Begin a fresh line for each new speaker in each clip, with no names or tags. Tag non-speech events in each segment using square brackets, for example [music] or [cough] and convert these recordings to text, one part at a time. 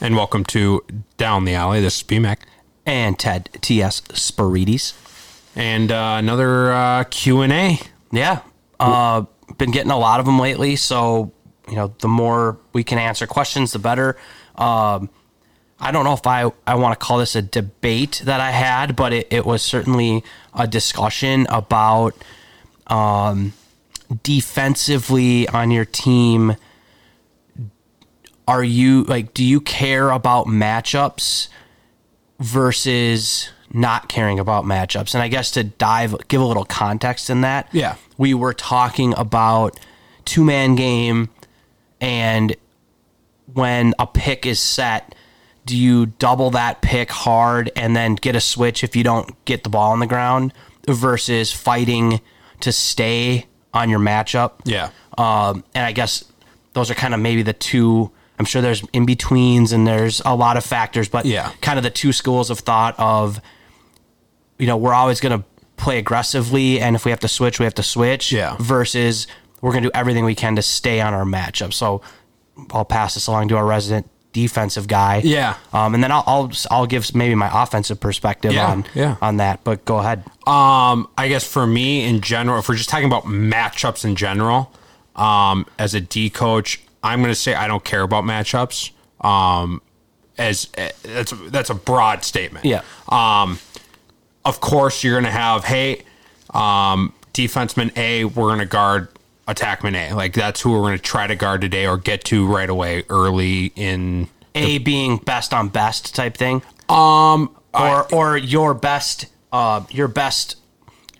and welcome to Down the Alley. This is BMAC.
and Ted T.S. Spirides.
And uh, another uh, Q&A.
Yeah. Uh, been getting a lot of them lately. So, you know, the more we can answer questions, the better. Um, I don't know if I, I want to call this a debate that I had, but it, it was certainly a discussion about um, defensively on your team. Are you like, do you care about matchups? versus not caring about matchups. And I guess to dive give a little context in that,
Yeah.
we were talking about two man game and when a pick is set, do you double that pick hard and then get a switch if you don't get the ball on the ground versus fighting to stay on your matchup?
Yeah.
Um, and I guess those are kind of maybe the two. I'm sure there's in betweens and there's a lot of factors, but
Yeah.
kind of the two schools of thought of, you know, we're always going to play aggressively, and if we have to switch, we have to switch.
Yeah.
Versus we're going to do everything we can to stay on our matchup. So I'll pass this along to our resident defensive guy.
Yeah.
Um, and then I'll, I'll I'll give maybe my offensive perspective
Yeah,
on
yeah.
on that. But go ahead.
Um, I guess for me in general, if we're just talking about matchups in general, um, as a D coach, I'm going to say I don't care about matchups. Um, as eh, that's that's a broad statement.
Yeah.
of course you're going to have hey um defenseman a we're going to guard attackman a like that's who we're going to try to guard today or get to right away early in
A being best on best type thing. Um, or or your best uh your best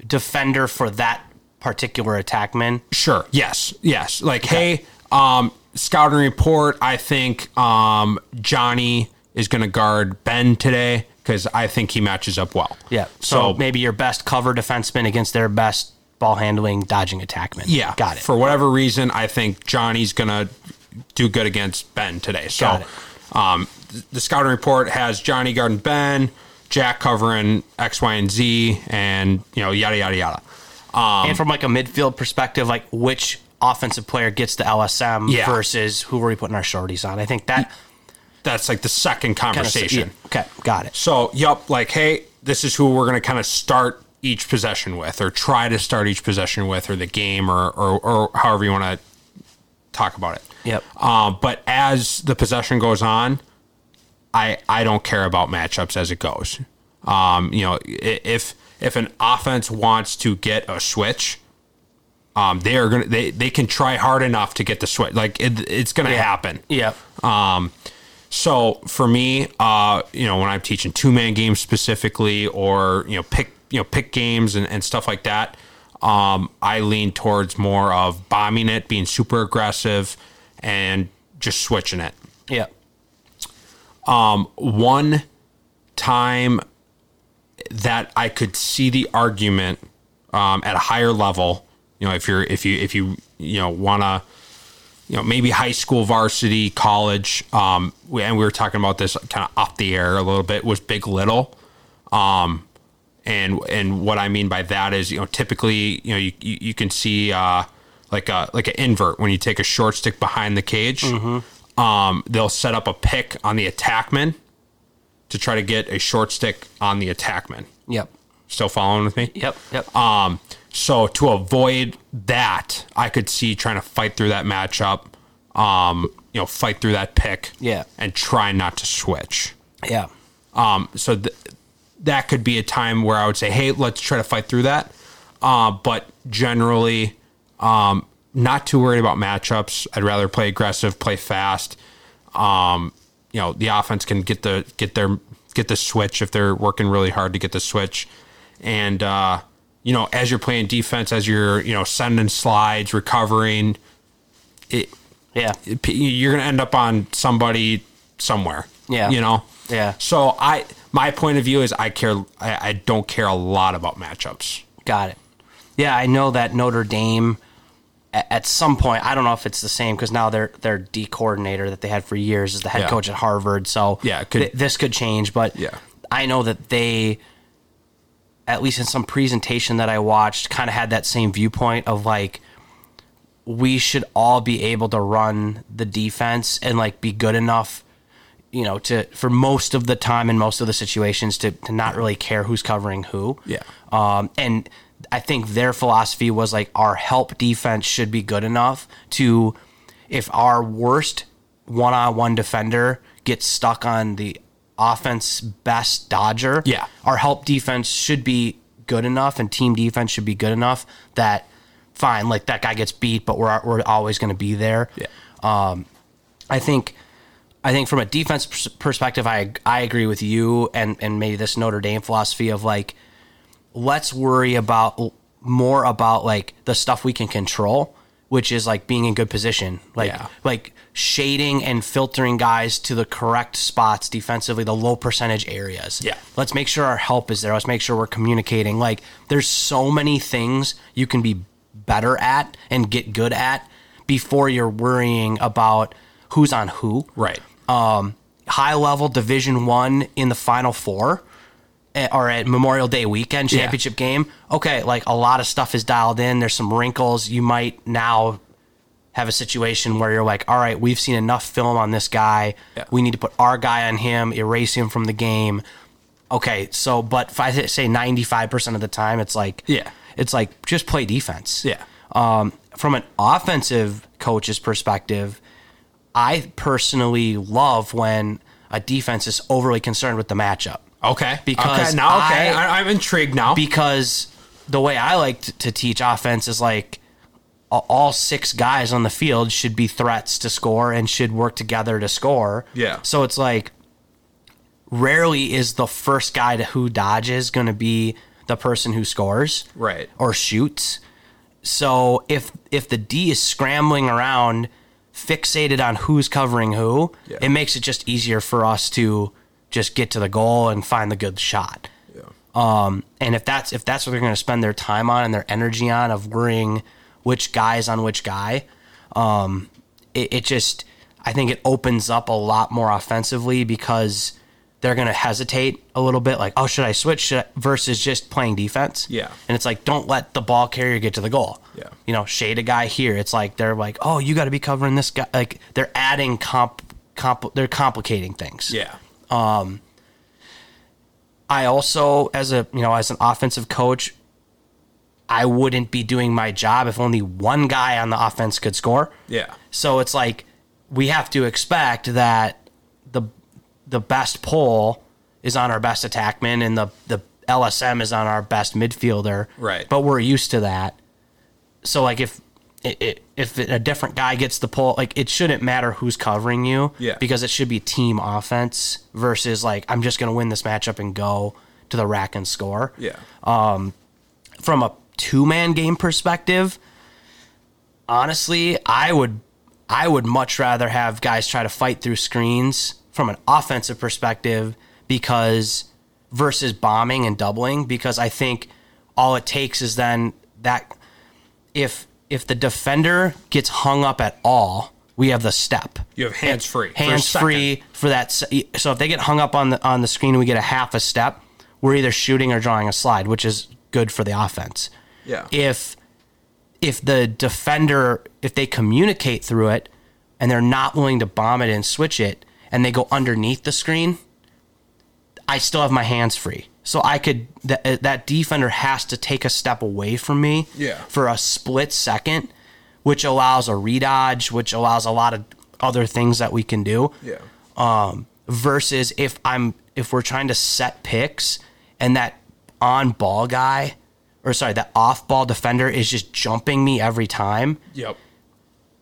defender for that particular attackman.
sure yes yes like hey um scouting report i think um johnny is going to guard ben today because i think he matches up well
Yeah. So,
so,
maybe your best cover defenseman against their best ball handling dodging attackman.
yeah
Got it.
for whatever reason i think johnny's going to do good against ben today so
Got it.
Um, th- the scouting report has Johnny Garden Ben, Jack covering X, Y, and Z, and you know yada yada yada. um,
and from like a midfield perspective, like which offensive player gets the LSM
Yeah.
versus who are we putting our shorties on? I think that
That's like the second
kinda-
conversation.
yeah, okay, got it.
So, yup, like hey, this is who we're gonna kind of start each possession with, or try to start each possession with, or the game, or or, or however you want to talk about it.
Yep.
Um, but as the possession goes on, I I don't care about matchups as it goes. Um, you know, i- if if an offense wants to get a switch, um, they are gonna they, they can try hard enough to get the switch. Like it, it's gonna happen.
Yep.
So for me, uh, you know, when I'm teaching two man games specifically, or you know, pick you know pick games and, and stuff like that, um, I lean towards more of bombing it, being super aggressive, and just switching it.
Yep.
One time that I could see the argument um, at a higher level, you know, if you're if you if you you know want to you know, maybe high school, varsity, college. Um, we, and we were talking about this kind of off the air a little bit was Big Little. Um, and and what I mean by that is, you know, typically, you know, you, you, you can see uh, like a like an invert when you take a short stick behind the cage. Um, they'll set up a pick on the attackman to try to get a short stick on the attackman.
Yep.
Still following with me?
Yep. Yep.
Um, so to avoid that, I could see trying to fight through that matchup. Um, you know, fight through that pick.
Yeah.
And try not to switch.
yeah.
Um, so th- that could be a time where I would say, hey, let's try to fight through that. Uh, but generally, um, not too worried about matchups. I'd rather play aggressive, play fast. Um, you know, the offense can get the get their get the switch if they're working really hard to get the switch. And uh, you know, as you're playing defense, as you're you know sending slides, recovering, it,
Yeah.
p- you're gonna end up on somebody somewhere.
Yeah.
you know.
Yeah.
So I, my point of view is I care. I, I don't care a lot about matchups.
Got it. Yeah, I know that Notre Dame a- at some point. I don't know if it's the same because now their their D coordinator that they had for years is the head
Yeah.
coach at Harvard. So
Yeah, it could-
thi- this could change, but
Yeah.
I know that they, at least in some presentation that I watched, kind of had that same viewpoint of like we should all be able to run the defense and like be good enough you know, to for most of the time in most of the situations to to not really care who's covering who.
Yeah.
Um, and I think their philosophy was like our help defense should be good enough to if our worst one-on-one defender gets stuck on the offense best dodger,
Yeah.
our help defense should be good enough and team defense should be good enough that fine, like that guy gets beat, but we're we're always going to be there.
Yeah.
I think I think from a defense pers- perspective, I I agree with you and and maybe this Notre Dame philosophy of like let's worry about more about like the stuff we can control, which is like being in good position, like
Yeah.
like shading and filtering guys to the correct spots defensively, the low percentage areas.
Yeah.
Let's make sure our help is there. Let's make sure we're communicating. Like there's so many things you can be better at and get good at before you're worrying about who's on who
Right.
Uh, high level division one in the final four eh, or at memorial day weekend championship game okay like a lot of stuff is dialed in there's some wrinkles you might now have a situation where you're like all right we've seen enough film on this guy
Yeah.
we need to put our guy on him erase him from the game okay so but if i say 95% of the time it's like
Yeah.
it's like just play defense
Yeah.
um, from an offensive coach's perspective, I personally love when a defense is overly concerned with the matchup
Okay.
Because
okay, now okay,
I-
I, I'm intrigued now.
because the way I like t- to teach offense is like a- all six guys on the field should be threats to score and should work together to score.
Yeah.
So it's like rarely is the first guy to who dodges going to be the person who scores
Right.
or shoots. So if if the D is scrambling around fixated on who's covering who,
Yeah.
it makes it just easier for us to just get to the goal and find the good shot. And if that's if that's what they're going to spend their time on and their energy on of worrying which guy's on which guy, um, it, it just I think it opens up a lot more offensively because they're going to hesitate a little bit, like oh should I switch should I, versus just playing defense.
Yeah.
and it's like don't let the ball carrier get to the goal.
Yeah.
you know shade a guy here. It's like they're like oh you got to be covering this guy. Like they're adding comp comp they're complicating things.
yeah.
I also, as a you know, as an offensive coach, I wouldn't be doing my job if only one guy on the offense could score.
Yeah.
So it's like we have to expect that the the best pull is on our best attackman and the the LSM is on our best midfielder.
Right.
But we're used to that. So like if it, it, if a different guy gets the pull, like it shouldn't matter who's covering you.
Yeah.
Because it should be team offense versus like I'm just gonna win this matchup and go to the rack and score
Yeah.
Uh, from a two man game perspective, honestly, I would I would much rather have guys try to fight through screens from an offensive perspective because versus bombing and doubling because I think all it takes is then that if if the defender gets hung up at all, we have the step.
You have hands free. for a
Hands free for that. se- So if they get hung up on the on the screen, and we get a half a step. We're either shooting or drawing a slide, which is good for the offense.
second. Yeah.
If if the defender if they communicate through it and they're not willing to bomb it and switch it and they go underneath the screen, I still have my hands free. So I could that that defender has to take a step away from me
Yeah.
for a split second, which allows a redodge, which allows a lot of other things that we can do
Yeah.
versus if I'm if we're trying to set picks and that on ball guy or sorry, that off ball defender is just jumping me every time.
Yep.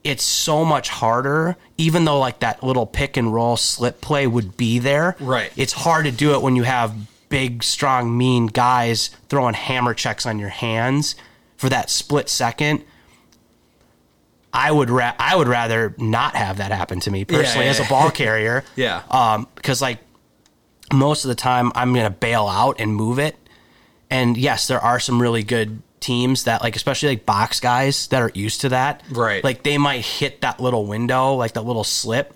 It's so much harder, even though like that little pick and roll slip play would be there.
Right.
It's hard to do it when you have big, strong, mean guys throwing hammer checks on your hands for that split second. I would ra- I would rather not have that happen to me personally
yeah,
as a
yeah. [laughs]
ball carrier.
Yeah.
Um, because like most of the time I'm gonna bail out and move it. And yes, there are some really good teams that like especially like box guys that are used to that.
Right.
Like they might hit that little window, like that little slip.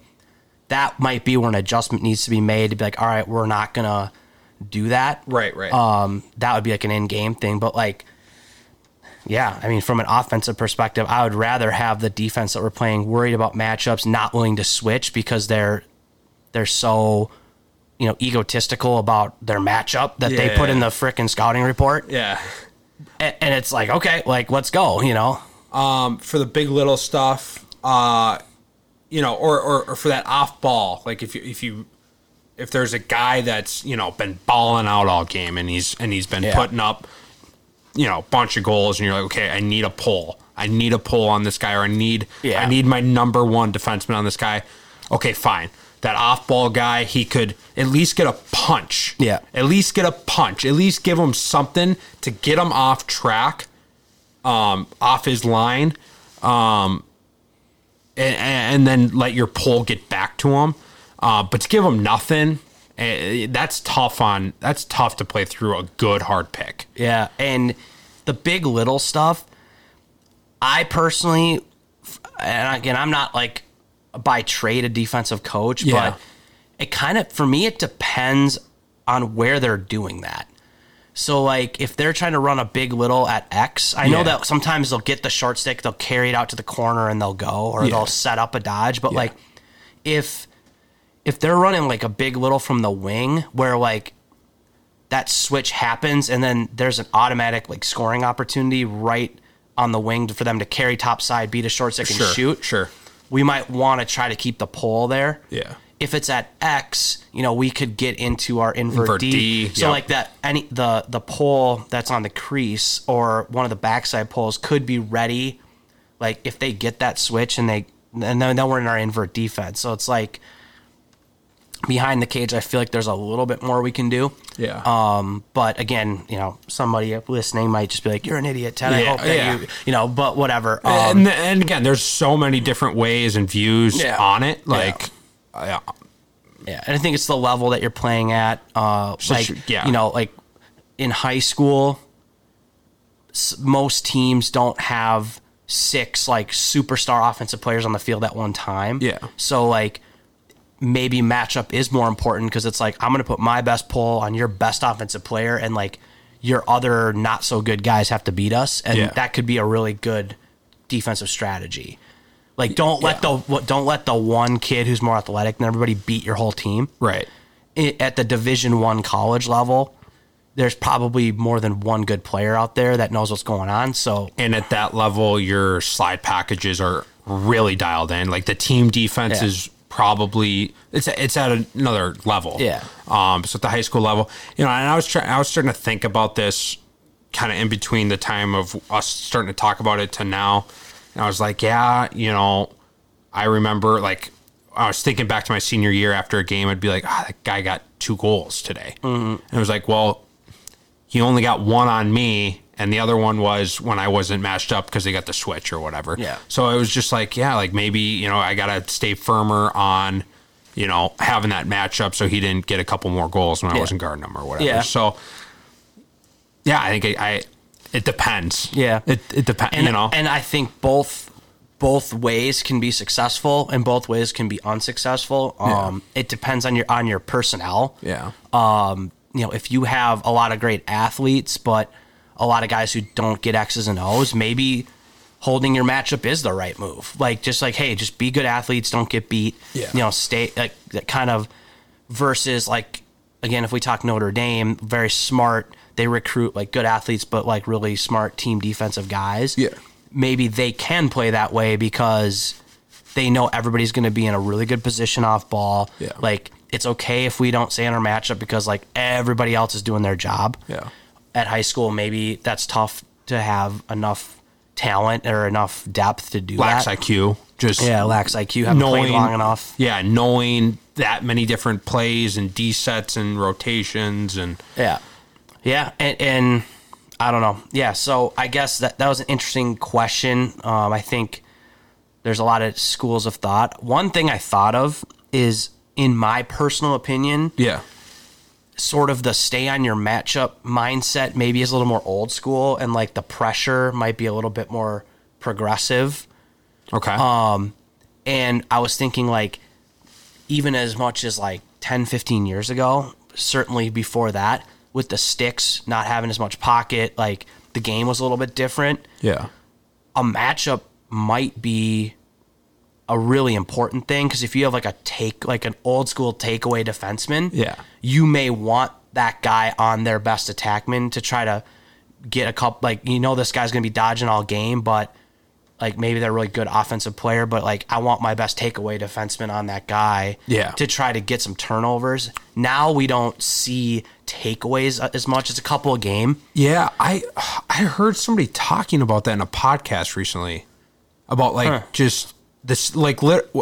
That might be where an adjustment needs to be made to be like, all right, we're not gonna do that.
Right. Right.
Um, that would be like an in game thing. But like yeah, I mean, from an offensive perspective, I would rather have the defense that we're playing worried about matchups, not willing to switch because they're they're so you know egotistical about their matchup that they put
Yeah.
in the frickin' scouting report,
Yeah.
and, and it's like okay, like let's go, you know.
Um, for the big little stuff, uh, you know, or, or, or for that off ball, like if you if you if there's a guy that's you know been balling out all game and he's and he's been
Yeah.
putting up you know bunch of goals and you're like okay I need a pull I need a pull on this guy or I need
Yeah.
I need my number one defenseman on this guy okay fine that off ball guy he could at least get a punch
Yeah.
at least get a punch at least give him something to get him off track um off his line and, and then let your pull get back to them. Uh, but to give them nothing, eh, that's tough on. That's tough to play through a good hard pick.
Yeah, and the big little stuff. I personally, f- and again, I'm not like by trade a defensive coach,
Yeah.
but it kind of for me it depends on where they're doing that. So like if they're trying to run a big little at X, I know
Yeah.
that sometimes they'll get the short stick, they'll carry it out to the corner and they'll go, or
Yeah.
they'll set up a dodge. But like if if they're running like a big little from the wing where like that switch happens and then there's an automatic like scoring opportunity right on the wing for them to carry top side, beat a short stick and
Sure,
shoot.
sure.
We might want to try to keep the pull there.
Yeah.
If it's at X, you know, we could get into our invert,
Invert
D.
D,
So
yep.
like that any the the pull that's on the crease or one of the backside pulls could be ready. Like if they get that switch and they and then, then we're in our invert defense. So it's like behind the cage, I feel like there's a little bit more we can do.
Yeah.
Um, but again, you know, somebody listening might just be like, "You're an idiot, Ted." I
Yeah,
hope that
yeah.
you, you know, but whatever. Um,
and, th- and again, there's so many different ways and views
Yeah.
on it. Like, yeah.
yeah, and I think it's the level that you're playing at. Uh, like,
sure, yeah.
you know, like in high school, s- most teams don't have six like superstar offensive players on the field at one time.
Yeah.
So like. Maybe matchup is more important because it's like I'm going to put my best pull on your best offensive player, and like your other not so good guys have to beat us, and
Yeah.
that could be a really good defensive strategy. Like don't let the don't let the one kid who's more athletic than everybody beat your whole team.
right.
I- At the Division One college level, there's probably more than one good player out there that knows what's going on. So
And at that level, your slide packages are really dialed in. Like the team defense
Yeah.
is probably it's it's at another level.
Yeah.
Um. So at the high school level, you know, and I was trying, I was starting to think about this kind of in between the time of us starting to talk about it to now, and I was like, yeah, you know, I remember like I was thinking back to my senior year after a game, I'd be like, ah, that guy got two goals today,
Mm-hmm.
and I was like, well, he only got one on me and the other one was when I wasn't matched up because they got the switch or whatever.
Yeah.
So it was just like, yeah, like maybe, you know, I got to stay firmer on, you know, having that matchup so he didn't get a couple more goals when I
Yeah.
wasn't guarding him or whatever.
Yeah.
So, yeah, I think I, I it depends.
Yeah.
It, it depends,
and
you know.
and I think both both ways can be successful and both ways can be unsuccessful. Um, It depends on your on your personnel.
yeah.
um, you know, if you have a lot of great athletes, but a lot of guys who don't get X's and O's, maybe holding your matchup is the right move. Like, just like, hey, just be good athletes, don't get beat.
Yeah.
You know, stay like that kind of versus like, again, if we talk Notre Dame, very smart, they recruit like good athletes, but like really smart team defensive guys.
Yeah.
Maybe they can play that way because they know everybody's going to be in a really good position off ball.
Yeah.
Like it's okay if we don't stay in our matchup because like everybody else is doing their job.
Yeah.
At high school, maybe that's tough to have enough talent or enough depth to do
Lacks
that.
IQ. Just
Yeah, lax IQ. Haven't played long enough.
Yeah, knowing that many different plays and D sets and rotations and
Yeah. Yeah. And, and I don't know. Yeah. So I guess that, that was an interesting question. Um, I think there's a lot of schools of thought. One thing I thought of is, in my personal opinion,
yeah.
sort of the stay on your matchup mindset maybe is a little more old school and like the pressure might be a little bit more progressive.
Okay.
And I was thinking like even as much as like 10, 15 years ago, certainly before that, with the sticks not having as much pocket, like the game was a little bit different.
yeah.
A matchup might be a really important thing because if you have like a take, like an old school takeaway defenseman,
Yeah.
you may want that guy on their best attackman to try to get a couple. Like you know, this guy's gonna be dodging all game, but like maybe they're a really good offensive player, but like I want my best takeaway defenseman on that guy,
Yeah.
to try to get some turnovers. Now we don't see takeaways a- as much as a couple a game.
Yeah, I I heard somebody talking about that in a podcast recently about like
Huh.
just this like lit, wh-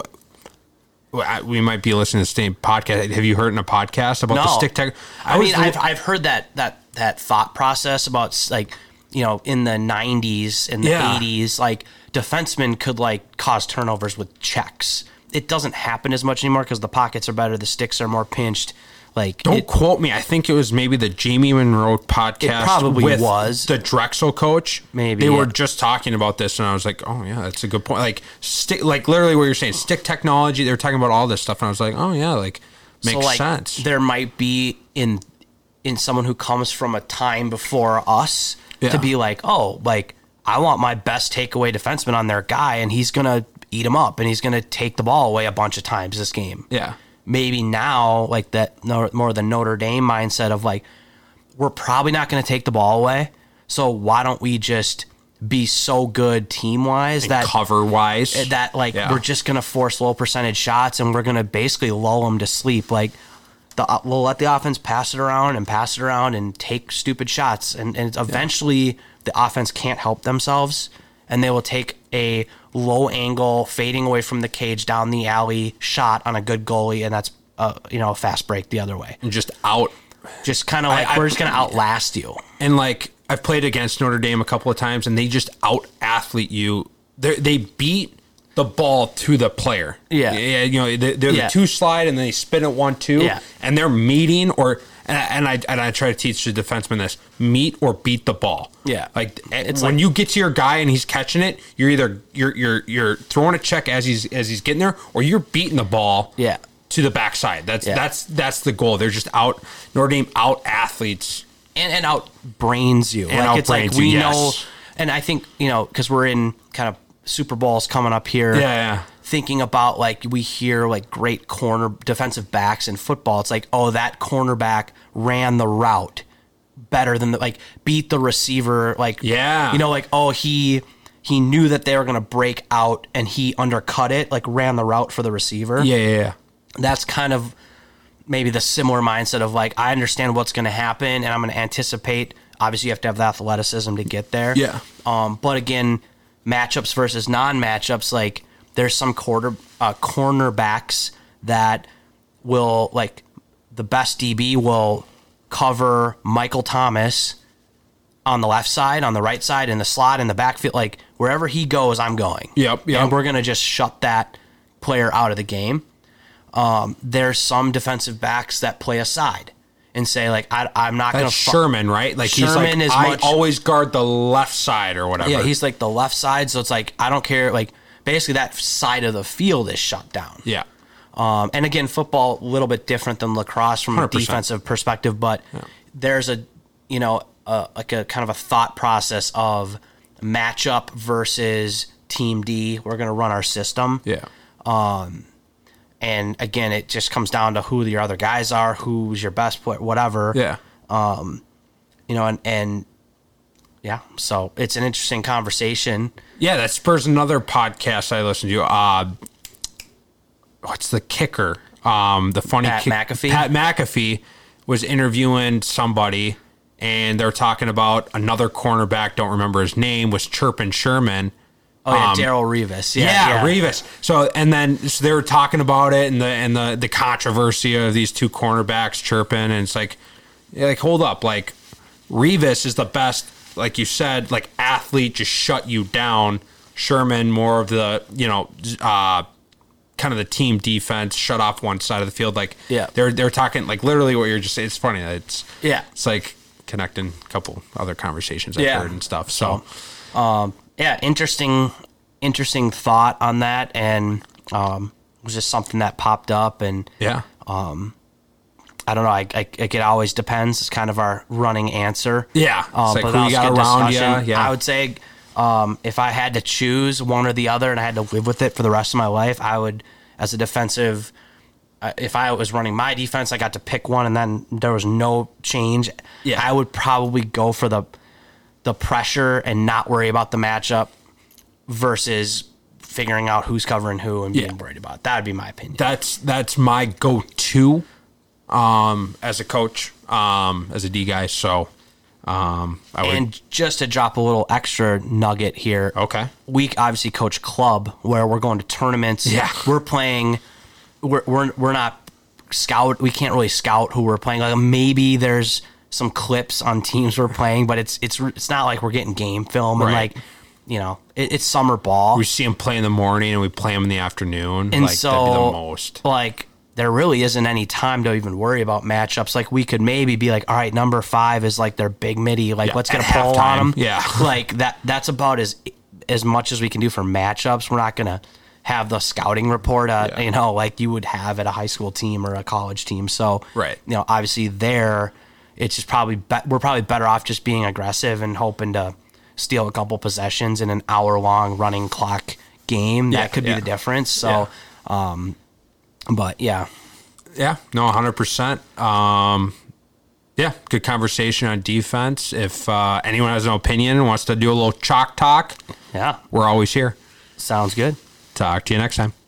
wh- I- we might be listening to the same podcast. Have you heard in a podcast about the
No.
stick tech?
I,
was
mean,
li-
I've, I've heard that that that thought process about s- like you know in the '90s and the
Yeah.
'80s, like defensemen could like cause turnovers with checks. It doesn't happen as much anymore because the pockets are better, the sticks are more pinched. Like
don't
it-
quote me. I think it was maybe the Jamie Monroe podcast.
probably
with
was.
the Drexel coach.
Maybe,
they were
yeah.
just talking about this, and I was like, oh yeah, that's a good point. Like stick, like literally what you're saying, stick technology. They were talking about all this stuff, and I was like, oh yeah, like makes
so, like,
sense.
There might be in in someone who comes from a time before us
Yeah.
to be like, oh, like I want my best takeaway defenseman on their guy, and he's gonna eat him up, and he's gonna take the ball away a bunch of times this game.
yeah,
Maybe now, like that, no- more the Notre Dame mindset of like, we're probably not going to take the ball away, so why don't we just be so good team wise that
cover wise,
uh, that like
Yeah.
we're just gonna force low percentage shots and we're gonna basically lull them to sleep. Like the uh, we'll let the offense pass it around and pass it around and take stupid shots, and and eventually the offense can't help themselves, and they will take a low angle fading away from the cage down the alley shot on a good goalie, and that's uh, you know a fast break the other way.
and just out
Just kind of like
I-
we're just gonna outlast you.
and like I've played against Notre Dame a couple of times, and they just out athlete you. They they beat the ball to the player.
Yeah.
yeah. You know, they, they're
Yeah.
the two slide, and then they spin it one two.
Yeah.
and they're meeting or. And I, and I and I try to teach the defenseman this: meet or beat the ball.
Yeah.
like it's when you get to your guy and he's catching it, you're either you're you're you're throwing a check as he's as he's getting there, or you're beating the ball.
Yeah.
to the backside. That's
Yeah.
that's that's the goal. They're just out Notre Dame out athletes
and, and out brains you.
And
like it's like
outbrains you,
we
yes.
know, and I think you know because we're in kind of Super Bowls coming up here.
Yeah, yeah.
Thinking about like we hear like great corner defensive backs in football. It's like oh that cornerback ran the route better than the like beat the receiver like
Yeah.
you know like oh he he knew that they were gonna break out and he undercut it like ran the route for the receiver
Yeah, yeah, yeah.
that's kind of maybe the similar mindset of like I understand what's going to happen and I'm going to anticipate. Obviously, you have to have the athleticism to get there.
Yeah.
Um, but again, matchups versus non-matchups, like there's some quarter uh, cornerbacks that will like the best DB will cover Michael Thomas on the left side, on the right side, in the slot, in the backfield, like wherever he goes, I'm going.
Yep, yep.
And we're gonna just shut that player out of the game there's some defensive backs that play aside and say like I, I'm not going
That's
to
Sherman, right? Like
Sherman
he's
is
like, I
much-
always guard the left side or whatever.
yeah he's like the left side so it's like I don't care like basically that side of the field is shut down
yeah,
um, and again football a little bit different than lacrosse from a
100%.
defensive perspective but there's a you know a, like a kind of a thought process of matchup versus team D we're going to run our system
yeah,
and again it just comes down to who your other guys are who's your best player whatever
yeah.
you know, and, and yeah, so it's an interesting conversation.
Yeah, that spurs another podcast I listened to. Uh, what's the kicker? Um, the funny
Pat
kick-
McAfee?
Pat McAfee was interviewing somebody, and they're talking about another cornerback. Don't remember his name. Was chirping Sherman.
Oh, yeah, Daryl Revis.
Yeah,
Yeah,
Revis. So and then so they were talking about it and the and the the controversy of these two cornerbacks chirping and it's like yeah, like hold up, like Revis is the best, like you said, like athlete just shut you down. Sherman more of the, you know, uh kind of the team defense, shut off one side of the field. Like
Yeah.
they're they're talking like literally what you're just it's funny. It's
Yeah.
It's like connecting a couple other conversations I've
Yeah.
heard and stuff. So
yeah, interesting, interesting thought on that, and um, it was just something that popped up, and
yeah.
I don't know, I, I like, it always depends. It's kind of our running answer.
Yeah. It's
um,
like
but
who you
that was
got
good
around
discussion.
you, yeah.
I would say Um, if I had to choose one or the other and I had to live with it for the rest of my life, I would, as a defensive, uh, if I was running my defense, I got to pick one and then there was no change.
Yeah.
I would probably go for the the pressure and not worry about the matchup versus figuring out who's covering who and being
Yeah.
worried about. That would be my opinion.
that's that's my go-to um as a coach um as a d guy so um i would
And just to drop a little extra nugget here.
Okay.
We obviously coach club where we're going to tournaments.
Yeah.
We're playing we're we're, we're not scout we can't really scout who we're playing. Like maybe there's some clips on teams we're playing, but it's it's it's not like we're getting game film and
Right.
like you know, it, it's summer ball.
we see him play in the morning and we play him in the afternoon
And
like
so,
that'd be the most
like, there really isn't any time to even worry about matchups. Like, we could maybe be like, all right, number five is like their big midi. Like,
Yeah,
let's get a
at
pull on
halftime.
them.
Yeah.
[laughs] like that. That's about as as much as we can do for matchups. We're not gonna have the scouting report, uh,
Yeah.
you know, like you would have at a high school team or a college team. So,
Right.
you know, obviously there, it's just probably be- we're probably better off just being aggressive and hoping to steal a couple possessions in an hour long running clock game.
Yeah,
that could
yeah.
be the difference. So, um, but yeah,
yeah no 100% um yeah good conversation on defense if uh anyone has an opinion and wants to do a little chalk talk
yeah,
we're always here
sounds good.
talk to you next time